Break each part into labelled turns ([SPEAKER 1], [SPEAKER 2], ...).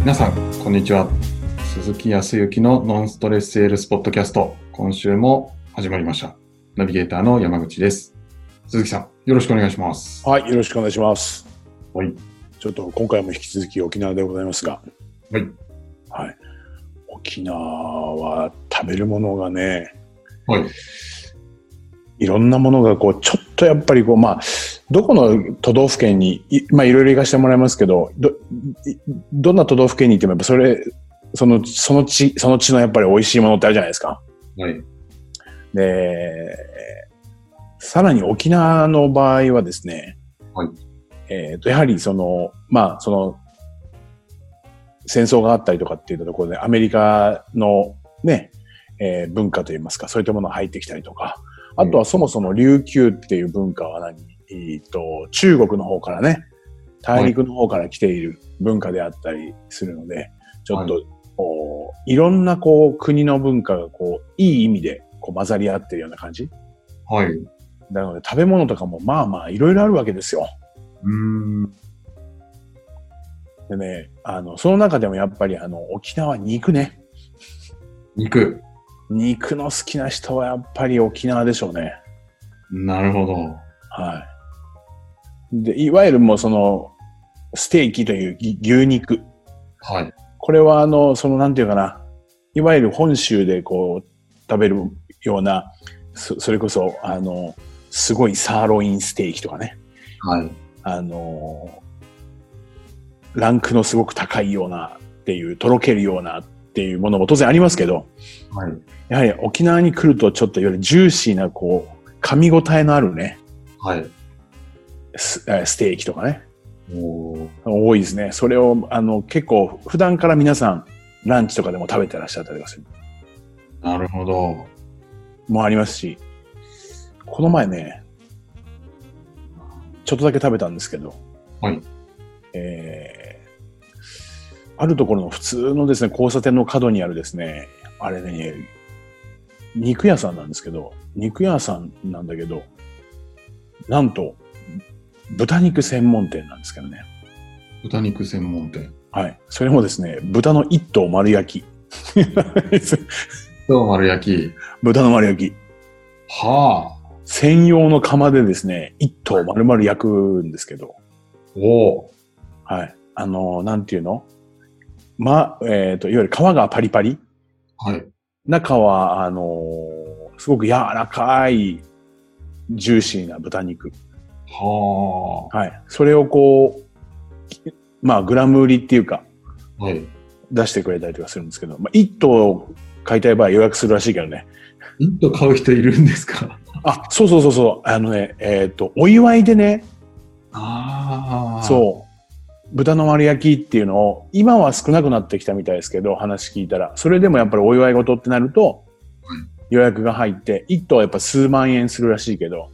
[SPEAKER 1] 皆さん、こんにちは。鈴木康之のノンストレスセールスポッドキャスト、今週も始まりました。ナビゲーターの山口です。鈴木さん、よろしくお願いします。
[SPEAKER 2] はい、よろしくお願いします。
[SPEAKER 1] はい。
[SPEAKER 2] ちょっと今回も引き続き沖縄でございますが、
[SPEAKER 1] はい。
[SPEAKER 2] はい、沖縄は食べるものがね、
[SPEAKER 1] はい。
[SPEAKER 2] いろんなものがこうちょっとやっぱりこう、まあ、どこの都道府県にい,、まあ、いろいろ行かせてもらいますけどどいどんな都道府県に行ってもやっぱそれそのその地その地のやっぱり美味しいものってあるじゃないですか。
[SPEAKER 1] はい。
[SPEAKER 2] で、さらに沖縄の場合はですね、
[SPEAKER 1] はい
[SPEAKER 2] えーとやはりその、まあ、その、戦争があったりとかっていうところで、アメリカのね、えー文化といいますか、そういったものが入ってきたりとか、あとはそもそも琉球っていう文化は何、えーと、中国の方からね、大陸の方から来ている文化であったりするので、ちょっと、こういろんなこう国の文化がこういい意味でこう混ざり合ってるような感じ
[SPEAKER 1] はい。う
[SPEAKER 2] なので食べ物とかもまあまあいろいろあるわけですよ。
[SPEAKER 1] ーん。
[SPEAKER 2] でね、あの、その中でもやっぱりあの、沖縄肉ね。
[SPEAKER 1] 肉。
[SPEAKER 2] 肉の好きな人はやっぱり沖縄でしょうね。
[SPEAKER 1] なるほど。
[SPEAKER 2] はい。で、いわゆるもうその、ステーキというぎ牛肉。
[SPEAKER 1] はい。
[SPEAKER 2] これはあの、そのなんていうかな、いわゆる本州でこう、食べるような、そそれこそ、あの、すごいサーロインステーキとかね。
[SPEAKER 1] はい。
[SPEAKER 2] あのーランクのすごく高いようなっていう、とろけるようなっていうものも当然ありますけど、
[SPEAKER 1] はい。
[SPEAKER 2] やはり沖縄に来るとちょっとよりジューシーな、こう、噛み応えのあるね、
[SPEAKER 1] はい。
[SPEAKER 2] スえーステーキとかね、
[SPEAKER 1] おー
[SPEAKER 2] 多いですね。それを、あの、結構、普段から皆さん、ランチとかでも食べてらっしゃったりとかする、
[SPEAKER 1] なるほど。
[SPEAKER 2] もありますし、この前ね、ちょっとだけ食べたんですけど、
[SPEAKER 1] はい。
[SPEAKER 2] えーあるところの普通のですね、交差点の角にあるですね、あれね、肉屋さんなんですけど、肉屋さんなんだけど、なんと、豚肉専門店なんですけどね。
[SPEAKER 1] 豚肉専門店。
[SPEAKER 2] はい。それもですね、豚の一頭丸焼 き。
[SPEAKER 1] 今日丸焼き。
[SPEAKER 2] 豚の丸焼き。
[SPEAKER 1] はあ。
[SPEAKER 2] 専用の釜でですね、一頭丸々焼くんですけど、
[SPEAKER 1] おお。
[SPEAKER 2] はい。あのーなんていうのま、えっ、と、いわゆる皮がパリパリ
[SPEAKER 1] はい。
[SPEAKER 2] 中は、あのーすごく柔らかい、ジューシーな豚肉。
[SPEAKER 1] は
[SPEAKER 2] はい。それをこうき、まあ、グラム売りっていうか、
[SPEAKER 1] あ。はい。
[SPEAKER 2] 出してくれたりとかするんですけど、まあ、一頭買いたい場合予約するらしいけどね。
[SPEAKER 1] インド買う人いるんですか
[SPEAKER 2] あ、そうそうそうそう。あのね、えっ、と、お祝いでね、
[SPEAKER 1] あう。
[SPEAKER 2] そう。豚の丸焼きっていうのを、今は少なくなってきたみたいですけど、話聞いたら。それでもやっぱりお祝い事ってなると
[SPEAKER 1] は、
[SPEAKER 2] 予約が入って、1頭はやっぱ数万円するらしいけど、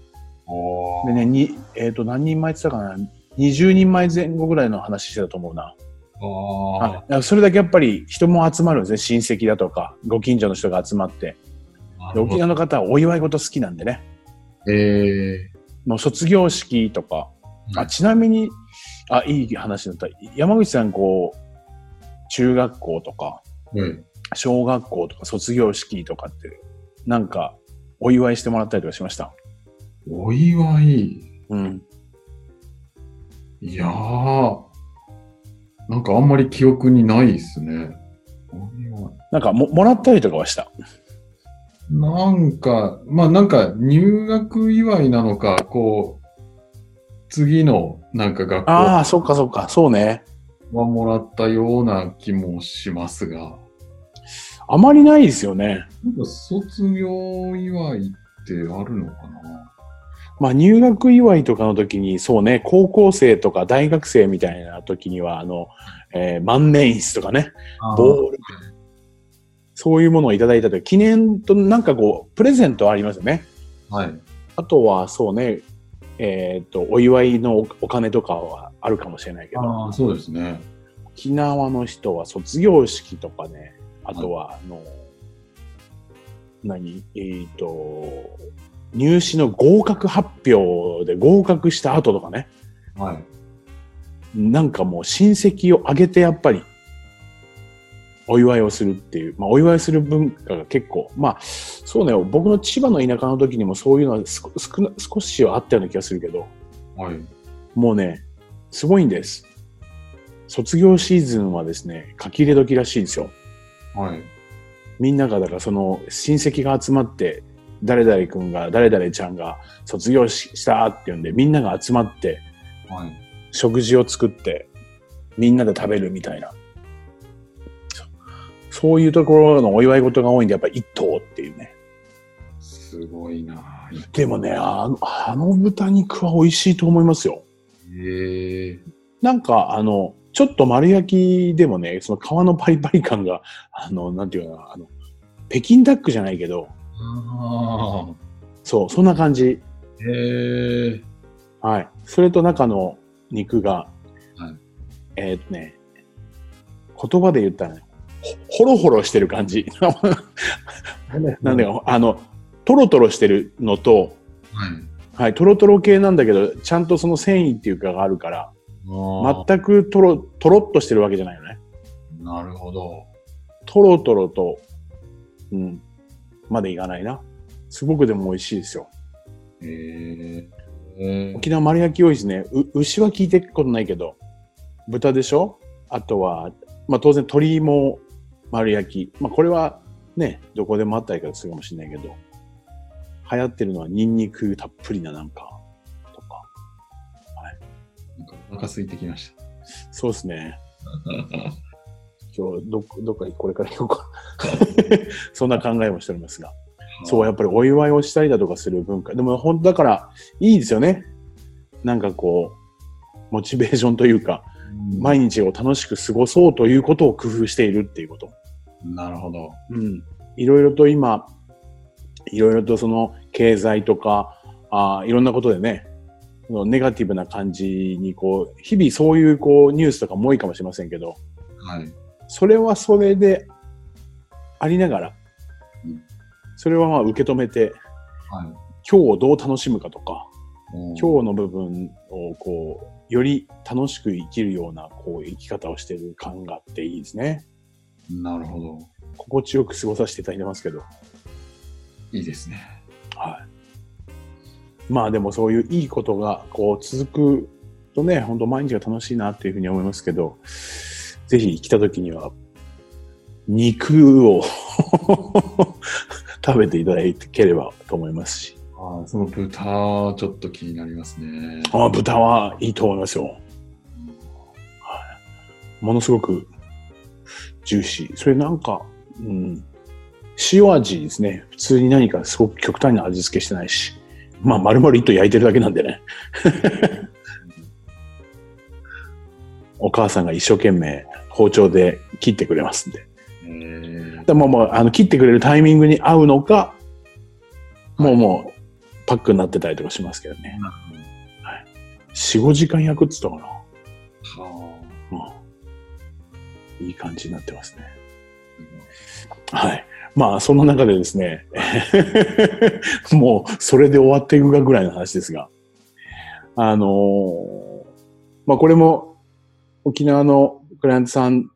[SPEAKER 1] お
[SPEAKER 2] で
[SPEAKER 1] ー
[SPEAKER 2] ね、に、えっ、と、何人前って言ったかな ?20 人前前後ぐらいの話してたと思うな。
[SPEAKER 1] あ
[SPEAKER 2] はい
[SPEAKER 1] ー
[SPEAKER 2] だからそれだけやっぱり人も集まるんですね。親戚だとか、ご近所の人が集まって。
[SPEAKER 1] なるほ
[SPEAKER 2] で沖
[SPEAKER 1] ど。
[SPEAKER 2] 縄の方はお祝い事好きなんでね。
[SPEAKER 1] え
[SPEAKER 2] もう卒業式とか、
[SPEAKER 1] うん
[SPEAKER 2] あちなみにあいい話だった山口さんこう中学校とか
[SPEAKER 1] ー、はい。
[SPEAKER 2] 小学校とか卒業式とかってなんかお祝いしてもらったりとかしました
[SPEAKER 1] お祝い。
[SPEAKER 2] うん
[SPEAKER 1] いやー。なんかあんまり記憶にないですね。お祝い。
[SPEAKER 2] なんかももらったりとかはした
[SPEAKER 1] なんか、まあなんか入学祝いなのか、こう、次のなんか学校
[SPEAKER 2] あ
[SPEAKER 1] は
[SPEAKER 2] あそっかそっかそうね
[SPEAKER 1] もらったような気もしますが、
[SPEAKER 2] あまりないですよね
[SPEAKER 1] なんか卒業祝いってあるのかな
[SPEAKER 2] まあ入学祝いとかの時にそうね高校生とか大学生みたいな時にはあの、えー万年筆とかねボール。そういうものをいただいたとき、記念となんかこう、プレゼントありますよね。
[SPEAKER 1] はい。
[SPEAKER 2] あとは、そうね、えっ、と、お祝いのおお金とかはあるかもしれないけど、
[SPEAKER 1] ああ、そうですね。
[SPEAKER 2] 沖縄の人は卒業式とかね、あとは、あの、何えっ、と、入試の合格発表で合格した後とかね、
[SPEAKER 1] はい。
[SPEAKER 2] なんかもう親戚を挙げてやっぱりお祝いをするっていう、まあ、お祝いする文化が結構、まあ、そうね、僕の千葉の田舎の時にもそういうのは少少な少しはあったような気がするけど、
[SPEAKER 1] はい。
[SPEAKER 2] もうね、すごいんです。卒業シーズンはですね、書き入れ時らしいんですよ。
[SPEAKER 1] はい。
[SPEAKER 2] みんなが、だからその親戚が集まって、誰々君が、誰々ちゃんが卒業ししたっていうんで、みんなが集まって、
[SPEAKER 1] はい。
[SPEAKER 2] 食事を作ってみんなで食べるみたいなそそういうところのお祝い事が多いんでやっぱり一頭っていうね
[SPEAKER 1] すごいなぁ
[SPEAKER 2] でもねあのあの豚肉は美味しいと思いますよ
[SPEAKER 1] ええ
[SPEAKER 2] なんかあのちょっと丸焼きでもねその皮のパリパリ感があのなんていうのかなあの北京ダックじゃないけど
[SPEAKER 1] ああ。
[SPEAKER 2] そうそんな感じ
[SPEAKER 1] ええ
[SPEAKER 2] はいそれと中の肉が、
[SPEAKER 1] はい
[SPEAKER 2] えーっとね言葉で言ったらねほほろほろしてる感じなんだよ、あの、トロトロしてるのと、
[SPEAKER 1] はい。
[SPEAKER 2] はい、トロトロ系なんだけど、ちゃんとその繊維っていうかがあるから、
[SPEAKER 1] あ
[SPEAKER 2] 全くトロ、トロっとしてるわけじゃないよね。
[SPEAKER 1] あ。なるほど。
[SPEAKER 2] トロトロと、うん、までいかないな。すごくでも美味しいですよ。
[SPEAKER 1] ええええ
[SPEAKER 2] 沖縄丸焼き多いですね。う牛は聞いてることないけど、豚でしょあとは、まあ当然鶏も丸焼き。まあこれはね、どこでもあったりからするかもしれないけど、流行ってるのはニンニクたっぷりななんか、とか。
[SPEAKER 1] なんかお腹空いてきました。
[SPEAKER 2] そうですね。今日どっ、どっかにこれから行こうかな。そんな考えもしておりますが。そう、やっぱりお祝いをしたりだとかする文化。でも本当だから、いいですよね。なんかこう、モチベーションというか、
[SPEAKER 1] うん
[SPEAKER 2] 毎日を楽しく過ごそうということを工夫しているっていうこと。
[SPEAKER 1] なるほど。
[SPEAKER 2] うん。いろいろと今、いろいろとその経済とか、あーいろんなことでね、そのネガティブな感じにこう、日々そういうこうニュースとかも多いかもしれませんけど、
[SPEAKER 1] はい。
[SPEAKER 2] それはそれでありながら
[SPEAKER 1] うん、
[SPEAKER 2] それはまあ受け止めて、
[SPEAKER 1] はい。
[SPEAKER 2] 今日をどう楽しむかとか、
[SPEAKER 1] 今
[SPEAKER 2] 今日の部分をこう、より楽しく生きるようなこう生き方をしている感があっていいですね。
[SPEAKER 1] なるほど。
[SPEAKER 2] 心地よく過ごさせていただいてますけど、
[SPEAKER 1] いいですね。
[SPEAKER 2] はい。まあでもそういういいことがこう続くとね、本当毎日が楽しいなっていうふうに思いますけど、ぜひ来た時には、肉を 食べていただければと思いますし、
[SPEAKER 1] ああ、その豚、ちょっと気になりますね。
[SPEAKER 2] ああ豚はいいと思いますよ。ものすごくジューシー。それなんか、うん、塩味ですね。普通に何かすごく極端な味付けしてないし。まあ、丸々一頭焼いてるだけなんでね。 お母さんが一生懸命包丁で切ってくれますんで。
[SPEAKER 1] ええ
[SPEAKER 2] でももう、あの、切ってくれるタイミングに合うのか、もうもう、パックになってたりとかしますけどね。4、5時間焼くっつったかな。
[SPEAKER 1] は
[SPEAKER 2] うんいい感じになってますね。はい。まあ、その中でですね、 もう、それで終わっていくかぐらいの話ですが、あのーまあ、これも、沖縄のクライアントさん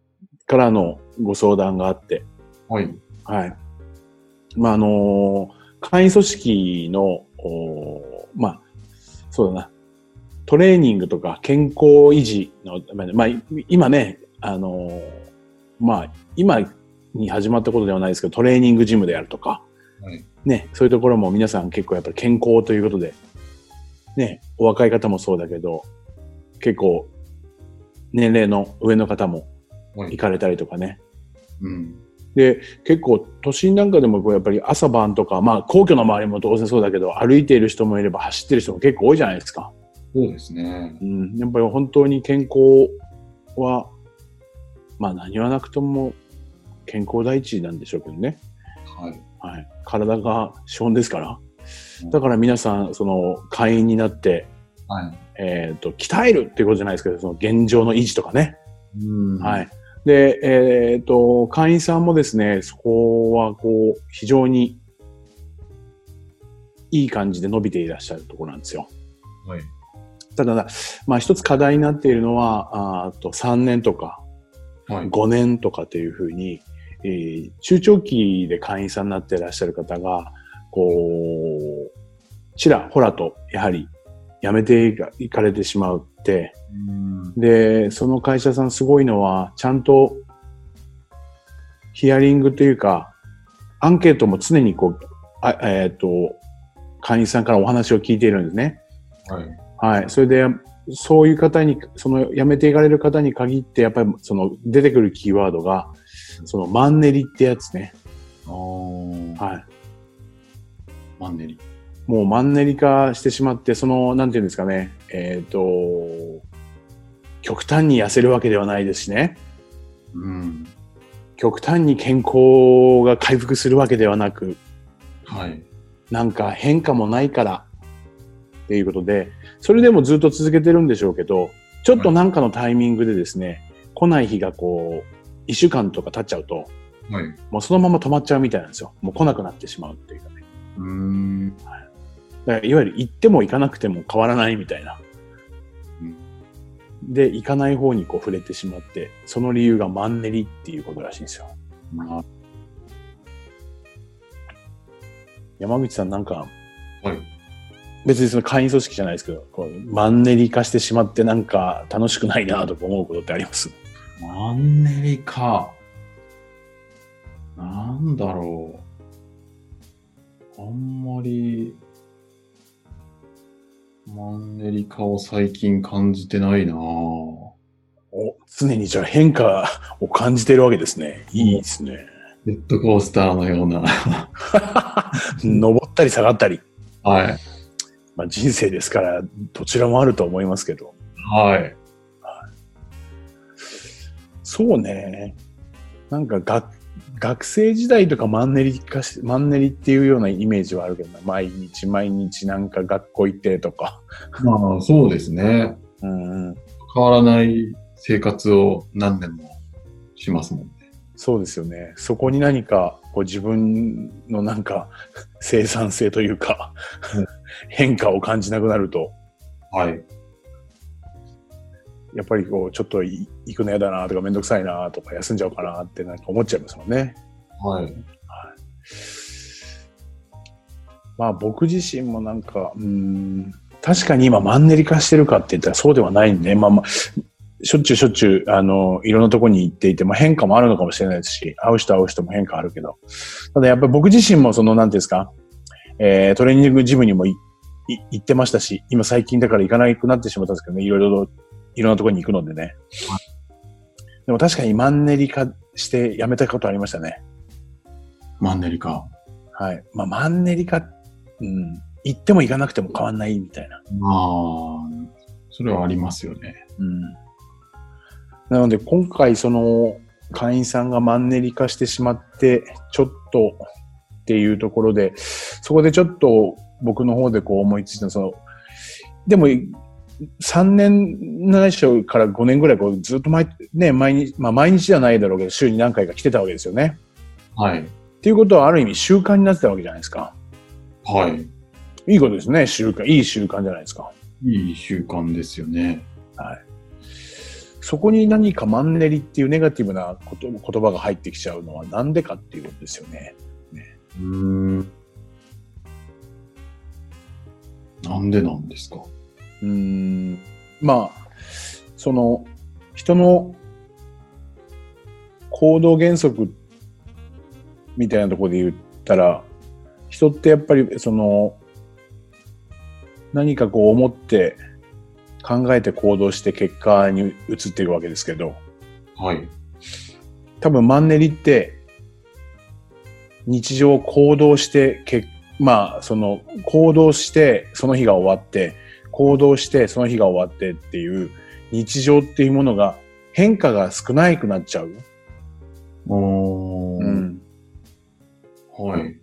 [SPEAKER 2] からのご相談があって、
[SPEAKER 1] あ。はい。
[SPEAKER 2] はい。まあ、あのー会員組織の、おーまあ、そうだな、トレーニングとか健康維持のためで、まあ、い今ね、あのーまあ、今に始まったことではないですけど、トレーニングジムであるとか、
[SPEAKER 1] はい
[SPEAKER 2] ね、そういうところも皆さん結構やっぱり健康ということで、ね、お若い方もそうだけど、結構、年齢の上の方も
[SPEAKER 1] は
[SPEAKER 2] 行
[SPEAKER 1] い。
[SPEAKER 2] かれたりとかね、
[SPEAKER 1] うん。
[SPEAKER 2] で、結構都心なんかでもこうやっぱり朝晩とか、まあ皇居の周りも当然そうだけど、歩いている人もいれば走ってる人も結構多いじゃないですか。
[SPEAKER 1] そうですね。
[SPEAKER 2] うん。やっぱり本当に健康は、まあ何はなくとも健康第一なんでしょうけどね。
[SPEAKER 1] はい。
[SPEAKER 2] はい。体が資本ですから。だから皆さん、その会員になって、
[SPEAKER 1] は
[SPEAKER 2] えっ、と、鍛えるっていうことじゃないですけど、その現状の維持とかね。
[SPEAKER 1] い。うん。
[SPEAKER 2] はいい。で、えっ、と、会員さんもですね、そこはこう、非常にいい感じで伸びていらっしゃるところなんですよ。
[SPEAKER 1] はい。
[SPEAKER 2] ただ、まあ一つ課題になっているのは、あーあと3年とか
[SPEAKER 1] はい。
[SPEAKER 2] 5年とかっていうふうに、えー中長期で会員さんになっていらっしゃる方が、こう、ちらほらと、やはり、辞めていかいかれてしまうって、
[SPEAKER 1] うん
[SPEAKER 2] で、その会社さんすごいのは、ちゃんと、ヒアリングというか、アンケートも常にこう、あえっ、と、会員さんからお話を聞いているんですね。
[SPEAKER 1] はい。
[SPEAKER 2] はい。それで、そういう方に、その辞めていかれる方に限って、やっぱりその出てくるキーワードが、そのマンネリってやつね。
[SPEAKER 1] あー
[SPEAKER 2] はい。
[SPEAKER 1] マンネリ。
[SPEAKER 2] もうマンネリ化してしまって、その、なんていうんですかね、えっ、と、極端に痩せるわけではないですしね。
[SPEAKER 1] うん。
[SPEAKER 2] 極端に健康が回復するわけではなく、
[SPEAKER 1] はい。
[SPEAKER 2] なんか変化もないから、っていうことで、それでもずっと続けてるんでしょうけど、ちょっとなんかのタイミングでですね、来ない日がこう、一週間とか経っちゃうと、
[SPEAKER 1] はい。う
[SPEAKER 2] もうそのまま止まっちゃうみたいなんですよ。もう来なくなってしまうっていうかね。
[SPEAKER 1] ーん。
[SPEAKER 2] だからいわゆる行っても行かなくても変わらないみたいな
[SPEAKER 1] うん。
[SPEAKER 2] で、行かない方にこう触れてしまって、その理由がマンネリっていうことらしいんですよ。
[SPEAKER 1] まあ
[SPEAKER 2] 山口さんなんか、
[SPEAKER 1] はい
[SPEAKER 2] 別にその会員組織じゃないですけど、こうマンネリ化してしまってなんか楽しくないなとか思うことってあります
[SPEAKER 1] マンネリか。なんだろう。あんまり、マンネリ化を最近感じてないなぁ。
[SPEAKER 2] お常にじゃあ変化を感じてるわけですね。いいですね。
[SPEAKER 1] ジェットコースターのような。
[SPEAKER 2] 登ったり下がったり。
[SPEAKER 1] はい。
[SPEAKER 2] まあ、人生ですから、どちらもあると思いますけど。
[SPEAKER 1] はい。
[SPEAKER 2] そうね。なんかが学生時代とかマンネリ化し、マンネリっていうようなイメージはあるけどな、毎日毎日なんか学校行ってとか。
[SPEAKER 1] まあ、そうですね。
[SPEAKER 2] うんうん、
[SPEAKER 1] 変わらない生活を何年もしますもんね。
[SPEAKER 2] そうですよね。そこに何か、こう自分のなんか 生産性というか
[SPEAKER 1] うん、
[SPEAKER 2] 変化を感じなくなると、
[SPEAKER 1] はい。
[SPEAKER 2] やっぱりこう、ちょっとい行くの嫌だなとかめんどくさいなとか休んじゃおうかなってなんか思っちゃいますもんね。
[SPEAKER 1] はい。
[SPEAKER 2] まあ僕自身もなんか、うーん、確かに今マンネリ化してるかって言ったらそうではないんで、まあまあ、しょっちゅうしょっちゅう、あの、いろんなとこに行っていて、まあ変化もあるのかもしれないですし、会う人会う人も変化あるけど、ただやっぱり僕自身もその、なんていうんですか、えートレーニングジムにもいい行ってましたし、今最近だから行かなくなってしまったんですけどね、いろいろと、いろんなとこに行くのでね。でも確かにマンネリ化してやめたことありましたね。
[SPEAKER 1] マンネリ化。
[SPEAKER 2] はい。まあ、マンネリ化、うん。行っても行かなくても変わんないみたいな。
[SPEAKER 1] まあ、それはありますよね。
[SPEAKER 2] うん。なので、今回、その、会員さんがマンネリ化してしまって、ちょっとっていうところで、そこでちょっと僕の方でこう思いついたのはその、でも、3年ないしょから5年ぐらいこうずっと毎,、ね、毎日、まあ毎日じゃないだろうけど、週に何回か来てたわけですよね。
[SPEAKER 1] はい。
[SPEAKER 2] っていうことはある意味習慣になってたわけじゃないですか。
[SPEAKER 1] はい。
[SPEAKER 2] いいことですね、習慣。いい習慣じゃないですか。
[SPEAKER 1] いい習慣ですよね。
[SPEAKER 2] そこに何かマンネリっていうネガティブなこと言葉が入ってきちゃうのはなんでかっていうことですよね。
[SPEAKER 1] うーん。なんでなんですか
[SPEAKER 2] うーん。まあ、その、人の行動原則みたいなところで言ったら、人ってやっぱりその、何かこう思って考えて行動して結果に移っていくわけですけど、
[SPEAKER 1] はい。
[SPEAKER 2] 多分マンネリって日常行動してけまあその行動してその日が終わって行動してその日が終わってっていう日常っていうものが変化が少なくなっちゃう、
[SPEAKER 1] おー、はい。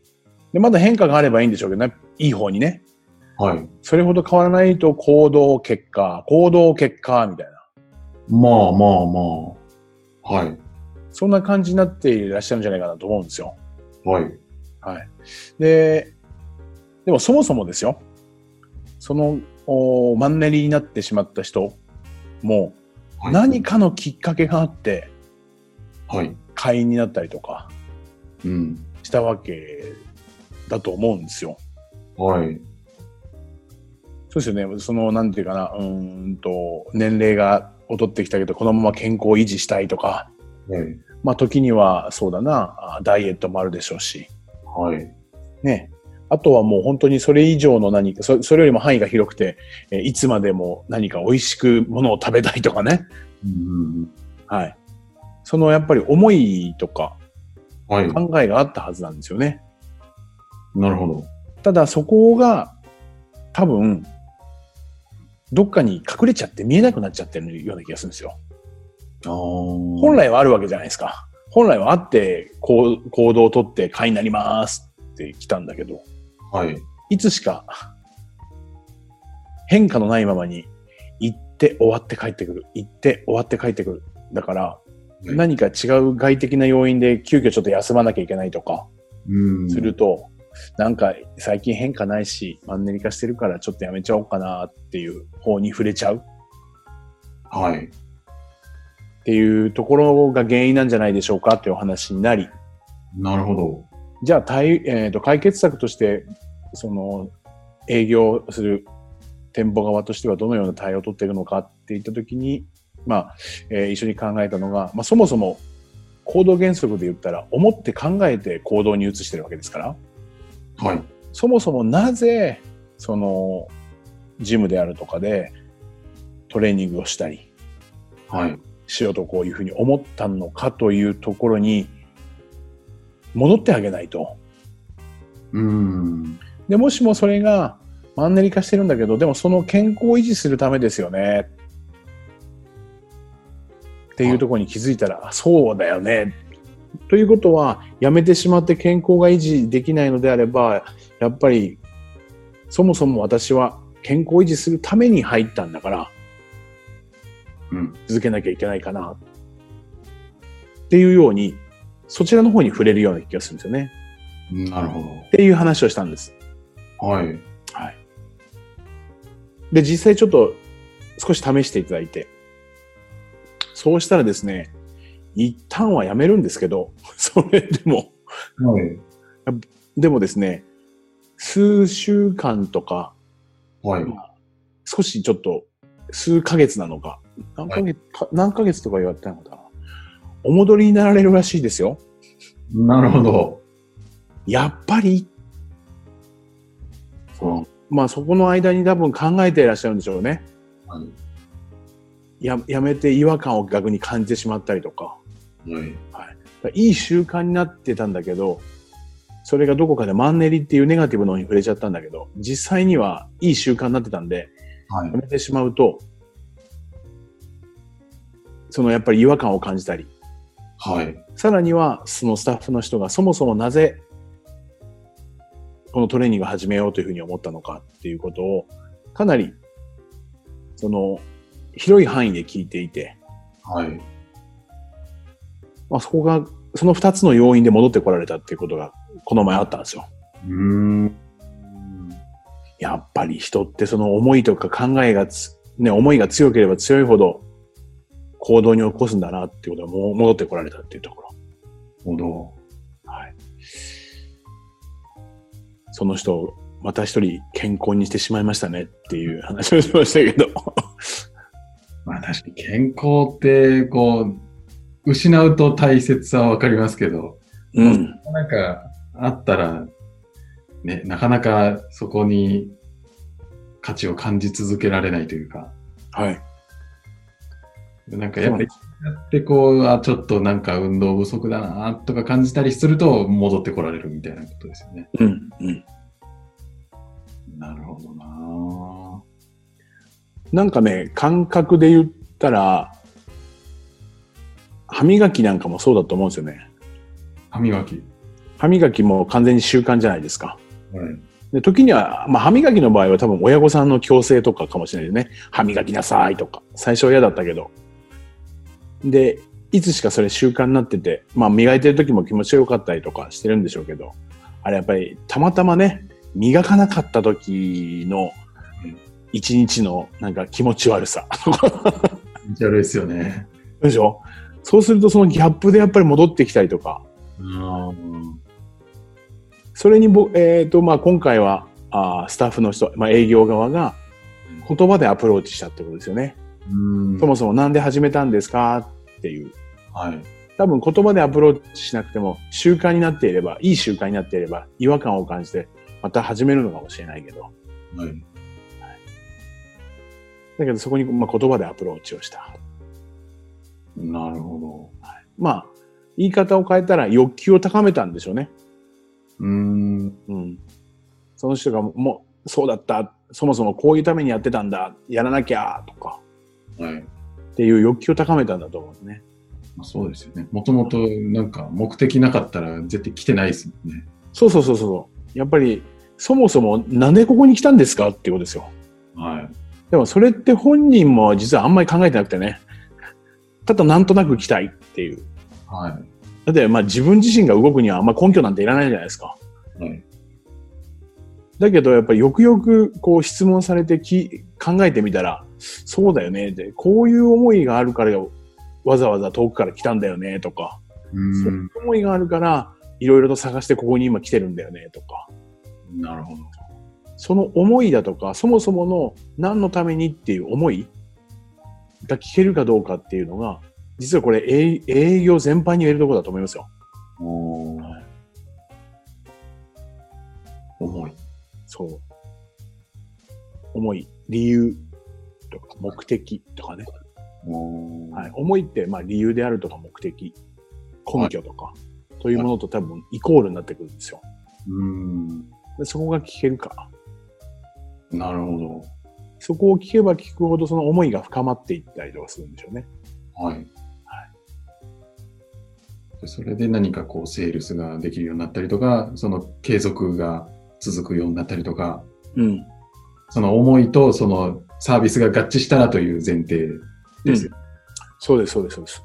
[SPEAKER 2] でまだ変化があればいいんでしょうけどねいい方にね
[SPEAKER 1] はい。
[SPEAKER 2] それほど変わらないと行動結果行動結果みたいな
[SPEAKER 1] まあまあまあ。はい。
[SPEAKER 2] そんな感じになっていらっしゃるんじゃないかなと思うんですよ
[SPEAKER 1] はい。
[SPEAKER 2] はい。で、でもそもそもですよ。その、おマンネリになってしまった人も、
[SPEAKER 1] はい
[SPEAKER 2] 何かのきっかけがあって、
[SPEAKER 1] はい。
[SPEAKER 2] 会員になったりとか
[SPEAKER 1] うん。
[SPEAKER 2] したわけだと思うんですよ。
[SPEAKER 1] はい。
[SPEAKER 2] そうですよね。その、なんていうかな、うーんと、年齢が劣ってきたけど、このまま健康を維持したいとか、
[SPEAKER 1] はい。
[SPEAKER 2] まあ、時には、そうだな、あダイエットもあるでしょうし、
[SPEAKER 1] はい。
[SPEAKER 2] ね。あとはもう本当にそれ以上の何か、そそれよりも範囲が広くて、えーいつまでも何か美味しくものを食べたいとかね。
[SPEAKER 1] うん。
[SPEAKER 2] はい。そのやっぱり思いとか
[SPEAKER 1] はい。
[SPEAKER 2] 考えがあったはずなんですよね。
[SPEAKER 1] なるほど。
[SPEAKER 2] ただそこが多分、どっかに隠れちゃって見えなくなっちゃってるような気がするんですよ。本
[SPEAKER 1] 本
[SPEAKER 2] 来はあるわけじゃないですか。本来はあって、こう、行動をとって会になりますって来たんだけど、
[SPEAKER 1] はい。
[SPEAKER 2] いつしか変化のないままに行って終わって帰ってくる。行って終わって帰ってくる。だから、
[SPEAKER 1] い
[SPEAKER 2] 何か違う外的な要因で急遽ちょっと休まなきゃいけないとか
[SPEAKER 1] うん。
[SPEAKER 2] すると、なんか最近変化ないし、マンネリ化してるからちょっとやめちゃおうかなっていう方に触れちゃう
[SPEAKER 1] はい。
[SPEAKER 2] っていうところが原因なんじゃないでしょうかっていうお話になり、
[SPEAKER 1] なるほど。
[SPEAKER 2] じゃあ対、えーと解決策として、その、営業する店舗側としてはどのような対応を取っていくのかっていったときに、まあ、えー一緒に考えたのが、まあ、そもそも行動原則で言ったら、思って考えて行動に移してるわけですから、
[SPEAKER 1] はい。
[SPEAKER 2] そもそもなぜ、その、ジムであるとかで、トレーニングをしたり
[SPEAKER 1] はい。
[SPEAKER 2] しようとこういうふうに思ったのかというところに、戻ってあげないと。
[SPEAKER 1] うん。
[SPEAKER 2] で、もしもそれがマンネリ化してるんだけど、でもその健康を維持するためですよね。っていうところに気づいたら、あそうだよね。ということは、やめてしまって健康が維持できないのであれば、やっぱり、そもそも私は健康を維持するために入ったんだから、
[SPEAKER 1] うん。
[SPEAKER 2] 続けなきゃいけないかな。っていうように、そちらの方に触れるような気がするんですよね。
[SPEAKER 1] なるほ
[SPEAKER 2] っていう話をしたんです。
[SPEAKER 1] ど。はい。
[SPEAKER 2] で、実際ちょっと少し試していただいて、そうしたらですね、一旦はやめるんですけど、 それでも、
[SPEAKER 1] はい。
[SPEAKER 2] でもですね、数週間とか、
[SPEAKER 1] はい。
[SPEAKER 2] 少しちょっと、数ヶ月なのか、何ヶ月、か何ヶ月とか言われたのかな。お戻りになられるらしいですよ。
[SPEAKER 1] なるほど。
[SPEAKER 2] やっぱり、
[SPEAKER 1] そう。
[SPEAKER 2] まあそこの間に多分考えていらっしゃるんでしょうね。
[SPEAKER 1] は
[SPEAKER 2] や、やめて違和感を逆に感じてしまったりとか。
[SPEAKER 1] い。はい。
[SPEAKER 2] いい習慣になってたんだけど、それがどこかでマンネリっていうネガティブの方に触れちゃったんだけど、実際にはいい習慣になってたんで、
[SPEAKER 1] はい
[SPEAKER 2] や。めてしまうと、そのやっぱり違和感を感じたり、
[SPEAKER 1] はい。
[SPEAKER 2] さらにはそのスタッフの人がそもそもなぜこのトレーニングを始めようというふうに思ったのかっていうことを、かなり、その、広い範囲で聞いていて、
[SPEAKER 1] はい。
[SPEAKER 2] まあ、そこが、その二つの要因で戻ってこられたっていうことが、この前あったんですよ。
[SPEAKER 1] うーん。
[SPEAKER 2] やっぱり人ってその思いとか考えがつ、ね、思いが強ければ強いほど行動に起こすんだなっていうことがもう戻ってこられたっていうところ。
[SPEAKER 1] ほど。
[SPEAKER 2] はい。その人をまた一人健康にしてしまいましたねっていう話をしましたけど。
[SPEAKER 1] まあ確かに健康って、こう、失うと大切さはわかりますけど、
[SPEAKER 2] うん。
[SPEAKER 1] なんか、あったら、ね、なかなかそこに価値を感じ続けられないというか、
[SPEAKER 2] はい。
[SPEAKER 1] なんかやっぱり、やってこう、あ、ちょっとなんか運動不足だなとか感じたりすると、戻ってこられるみたいなことですよね。
[SPEAKER 2] うん。うん。
[SPEAKER 1] なるほどな
[SPEAKER 2] なんかね、感覚で言ったら、歯磨きなんかもそうだと思うんですよね。
[SPEAKER 1] 歯磨き。
[SPEAKER 2] 歯磨きも完全に習慣じゃないですか。
[SPEAKER 1] はい。
[SPEAKER 2] で時には、まあ、歯磨きの場合は多分親御さんの強制とかかもしれないですね。歯磨きなさいとか。最初は嫌だったけど。で、いつしかそれ習慣になってて、まあ磨いてる時も気持ちよかったりとかしてるんでしょうけど、あれやっぱりたまたまね、磨かなかった時の
[SPEAKER 1] うん
[SPEAKER 2] 一日のなんか気持ち悪さ。
[SPEAKER 1] 気持ち悪いですよね。
[SPEAKER 2] でしょそうするとそのギャップでやっぱり戻ってきたりとか、
[SPEAKER 1] うん
[SPEAKER 2] それにぼ、えーとまあ、今回はあースタッフの人、まあ、営業側が言葉でアプローチしたってことですよね。
[SPEAKER 1] うん
[SPEAKER 2] そもそもなんで始めたんですかっていう。
[SPEAKER 1] はい。
[SPEAKER 2] 多分言葉でアプローチしなくても習慣になっていれば、いい習慣になっていれば違和感を感じてまた始めるのかもしれないけど、
[SPEAKER 1] はい。
[SPEAKER 2] だけどそこに、まあ、言葉でアプローチをした。
[SPEAKER 1] なるほ
[SPEAKER 2] まあ、言い方を変えたら欲求を高めたんでしょうね。
[SPEAKER 1] ど。うん。
[SPEAKER 2] うん。その人がももう、そうだった。そもそもこういうためにやってたんだ。やらなきゃとか。
[SPEAKER 1] はい。
[SPEAKER 2] っていう欲求を高めたんだと思うんですね。
[SPEAKER 1] まあ、そうですよね。もともとなんか目的なかったら絶対来てないですもんね。
[SPEAKER 2] そうそうそうそう。やっぱり、そもそもなんでここに来たんですかっていうことですよ。
[SPEAKER 1] はい。
[SPEAKER 2] でもそれって本人も実はあんまり考えてなくてね。ただなんとなく来たいっていう。
[SPEAKER 1] は
[SPEAKER 2] だってまあ自分自身が動くにはあんま根拠なんていらないじゃないですか。
[SPEAKER 1] い。はい。
[SPEAKER 2] だけどやっぱりよくよくこう質問されてき考えてみたら、そうだよねって、こういう思いがあるからわざわざ遠くから来たんだよねとか、そうういう思いがあるからいろいろと探してここに今来てるんだよねとか。
[SPEAKER 1] ん。なるほど。
[SPEAKER 2] その思いだとか、そもそもの何のためにっていう思いが聞けるかどうかっていうのが、実はこれ営営業全般に言えるところだと思いますよ。
[SPEAKER 1] おー重い。
[SPEAKER 2] そう。思い、理由とか目的とかね。
[SPEAKER 1] おー
[SPEAKER 2] はい、思いってまあ理由であるとか目的、根拠とか、というものと多分イコールになってくるんですよ。
[SPEAKER 1] うん。
[SPEAKER 2] でそこが聞けるか。
[SPEAKER 1] なるほ
[SPEAKER 2] そこを聞けば聞くほどその思いが深まっていったりとかするんでしょうね。
[SPEAKER 1] ど。はい。でそれで何かこうセールスができるようになったりとか、その継続が続くようになったりとか、
[SPEAKER 2] うん。
[SPEAKER 1] その思いとそのサービスが合致したらという前提ですよ。
[SPEAKER 2] そうです、そうです、そうです。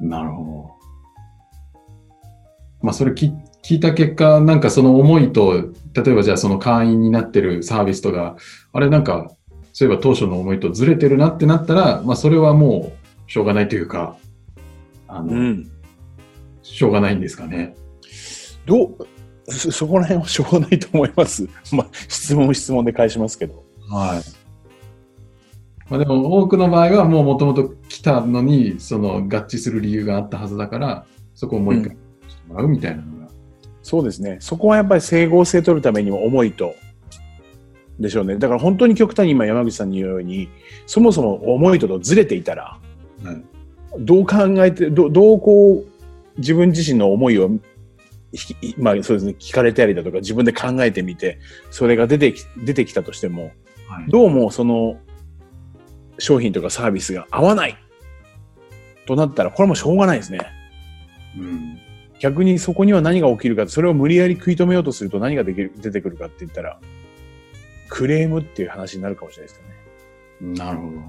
[SPEAKER 1] なるほど。まあそれ聞聞いた結果、なんかその思いと、例えばじゃあその会員になってるサービスとか、あれなんか、そういえば当初の思いとずれてるなってなったら、まあそれはもうしょうがないというか、あの、
[SPEAKER 2] うん。
[SPEAKER 1] しょうがないんですかね。
[SPEAKER 2] どうそそこら辺はしょうがないと思います。 まあ、質問質問で返しますけど。
[SPEAKER 1] はい。まあでも多くの場合はもうもともと来たのに、その合致する理由があったはずだから、そこをもう一回してもらうみたいなのが。
[SPEAKER 2] そうですね。そこはやっぱり整合性取るためにも思いと、でしょうね。だから本当に極端に今山口さんに言うように、そもそも思いととずれていたら、
[SPEAKER 1] はい
[SPEAKER 2] どう考えて、どどうこう自分自身の思いをひきまあそうですね、聞かれたりだとか自分で考えてみて、それが出てき出てきたとしても、
[SPEAKER 1] はい
[SPEAKER 2] どうもその商品とかサービスが合わないとなったら、これもしょうがないですね。
[SPEAKER 1] うん
[SPEAKER 2] 逆にそこには何が起きるか、それを無理やり食い止めようとすると何ができる出てくるかって言ったら、クレームっていう話になるかもしれないですよ
[SPEAKER 1] なるほど。
[SPEAKER 2] ね。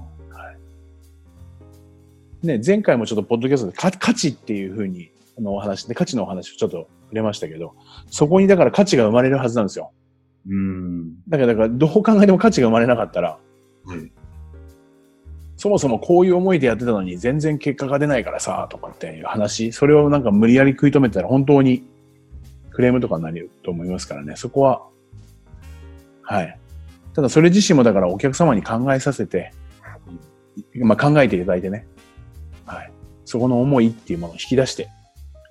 [SPEAKER 2] ね、前回もちょっとポッドキャストでか価値っていうふうに、あのお話で、価値のお話をちょっと触れましたけど、そこにだから価値が生まれるはずなんですよ。
[SPEAKER 1] うん。
[SPEAKER 2] だから、だからどう考えても価値が生まれなかったら、
[SPEAKER 1] はい
[SPEAKER 2] そもそもこういう思いでやってたのに全然結果が出ないからさ、とかっていう話、それをなんか無理やり食い止めたら本当にクレームとかになると思いますからね、そこは、はい。ただそれ自身もだからお客様に考えさせて、まあ考えていただいてね、はい。そこの思いっていうものを引き出して、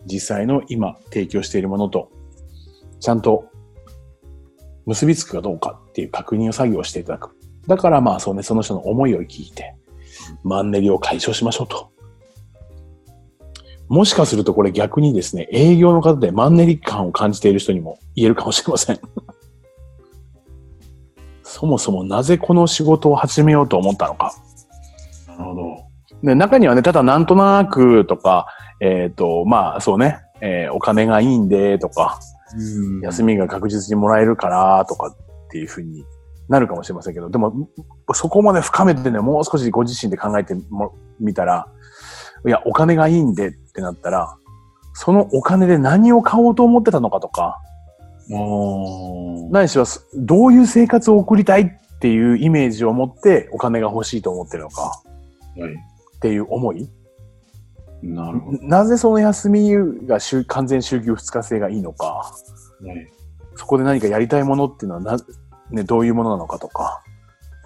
[SPEAKER 2] 実際の今提供しているものと、ちゃんと結びつくかどうかっていう確認を作業をしていただく。だからまあそうね、その人の思いを聞いて、マンネリを解消しましょうと。もしかするとこれ逆にですね、営業の方でマンネリ感を感じている人にも言えるかもしれません。 そもそもなぜこの仕事を始めようと思ったのか。
[SPEAKER 1] なるほど。
[SPEAKER 2] で中にはね、ただなんとなくとか、えっ、と、まあそうね、えーお金がいいんでとか、
[SPEAKER 1] うん
[SPEAKER 2] 休みが確実にもらえるからとかっていうふうになるかもしれませんけど、でも、そこまで深めてね、もう少しご自身で考えてもみたら、いや、お金がいいんでってなったら、そのお金で何を買おうと思ってたのかとか、
[SPEAKER 1] おー
[SPEAKER 2] ないしはすどういう生活を送りたいっていうイメージを持ってお金が欲しいと思ってるのか
[SPEAKER 1] はい。
[SPEAKER 2] っていう思い。
[SPEAKER 1] なるほど。
[SPEAKER 2] なぜその休みが週完全週休2日制がいいのか、
[SPEAKER 1] ね、
[SPEAKER 2] そこで何かやりたいものっていうのはな、ね、どういうものなのかとか、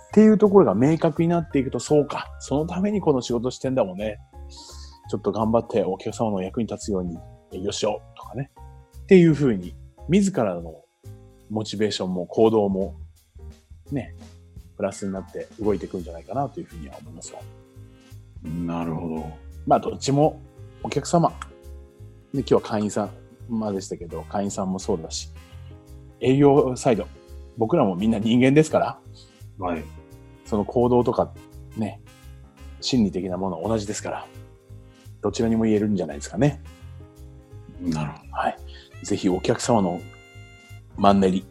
[SPEAKER 2] っていうところが明確になっていくと、そうか、そのためにこの仕事してんだもんね。ちょっと頑張ってお客様の役に立つように、えよしよ、とかね。っていうふうに、自らのモチベーションも行動も、ね、プラスになって動いていくんじゃないかなというふうには思いますよ。
[SPEAKER 1] なるほど。
[SPEAKER 2] まあ、どっちもお客様、で今日は会員さん、まあ、でしたけど、会員さんもそうだし、営業サイド、僕らもみんな人間ですから、
[SPEAKER 1] はい。
[SPEAKER 2] その行動とか、ね、心理的なものは同じですから、どちらにも言えるんじゃないですかね。
[SPEAKER 1] なるほど。
[SPEAKER 2] はい。ぜひお客様のマンネリ、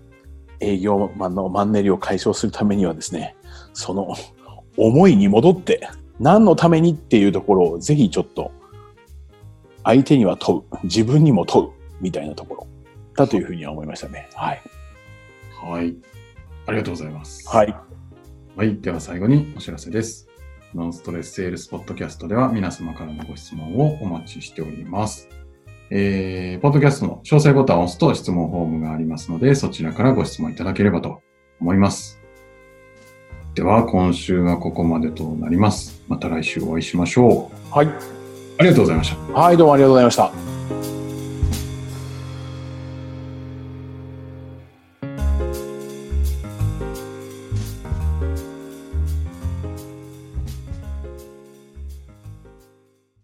[SPEAKER 2] 営業マンのマンネリを解消するためにはですね、その思いに戻って、何のためにっていうところをぜひちょっと、相手には問う、自分にも問う、みたいなところだというふうには思いましたね。はい。
[SPEAKER 1] はい。ありがとうございます。
[SPEAKER 2] はい。
[SPEAKER 1] はい。では最後にお知らせです。ノンストレスセールスポッドキャストでは皆様からのご質問をお待ちしております。えー、ポッドキャストの詳細ボタンを押すと質問フォームがありますので、そちらからご質問いただければと思います。では、今週はここまでとなります。また来週お会いしましょう。
[SPEAKER 2] はい。
[SPEAKER 1] ありがとうございました。
[SPEAKER 2] はい、どうもありがとうございました。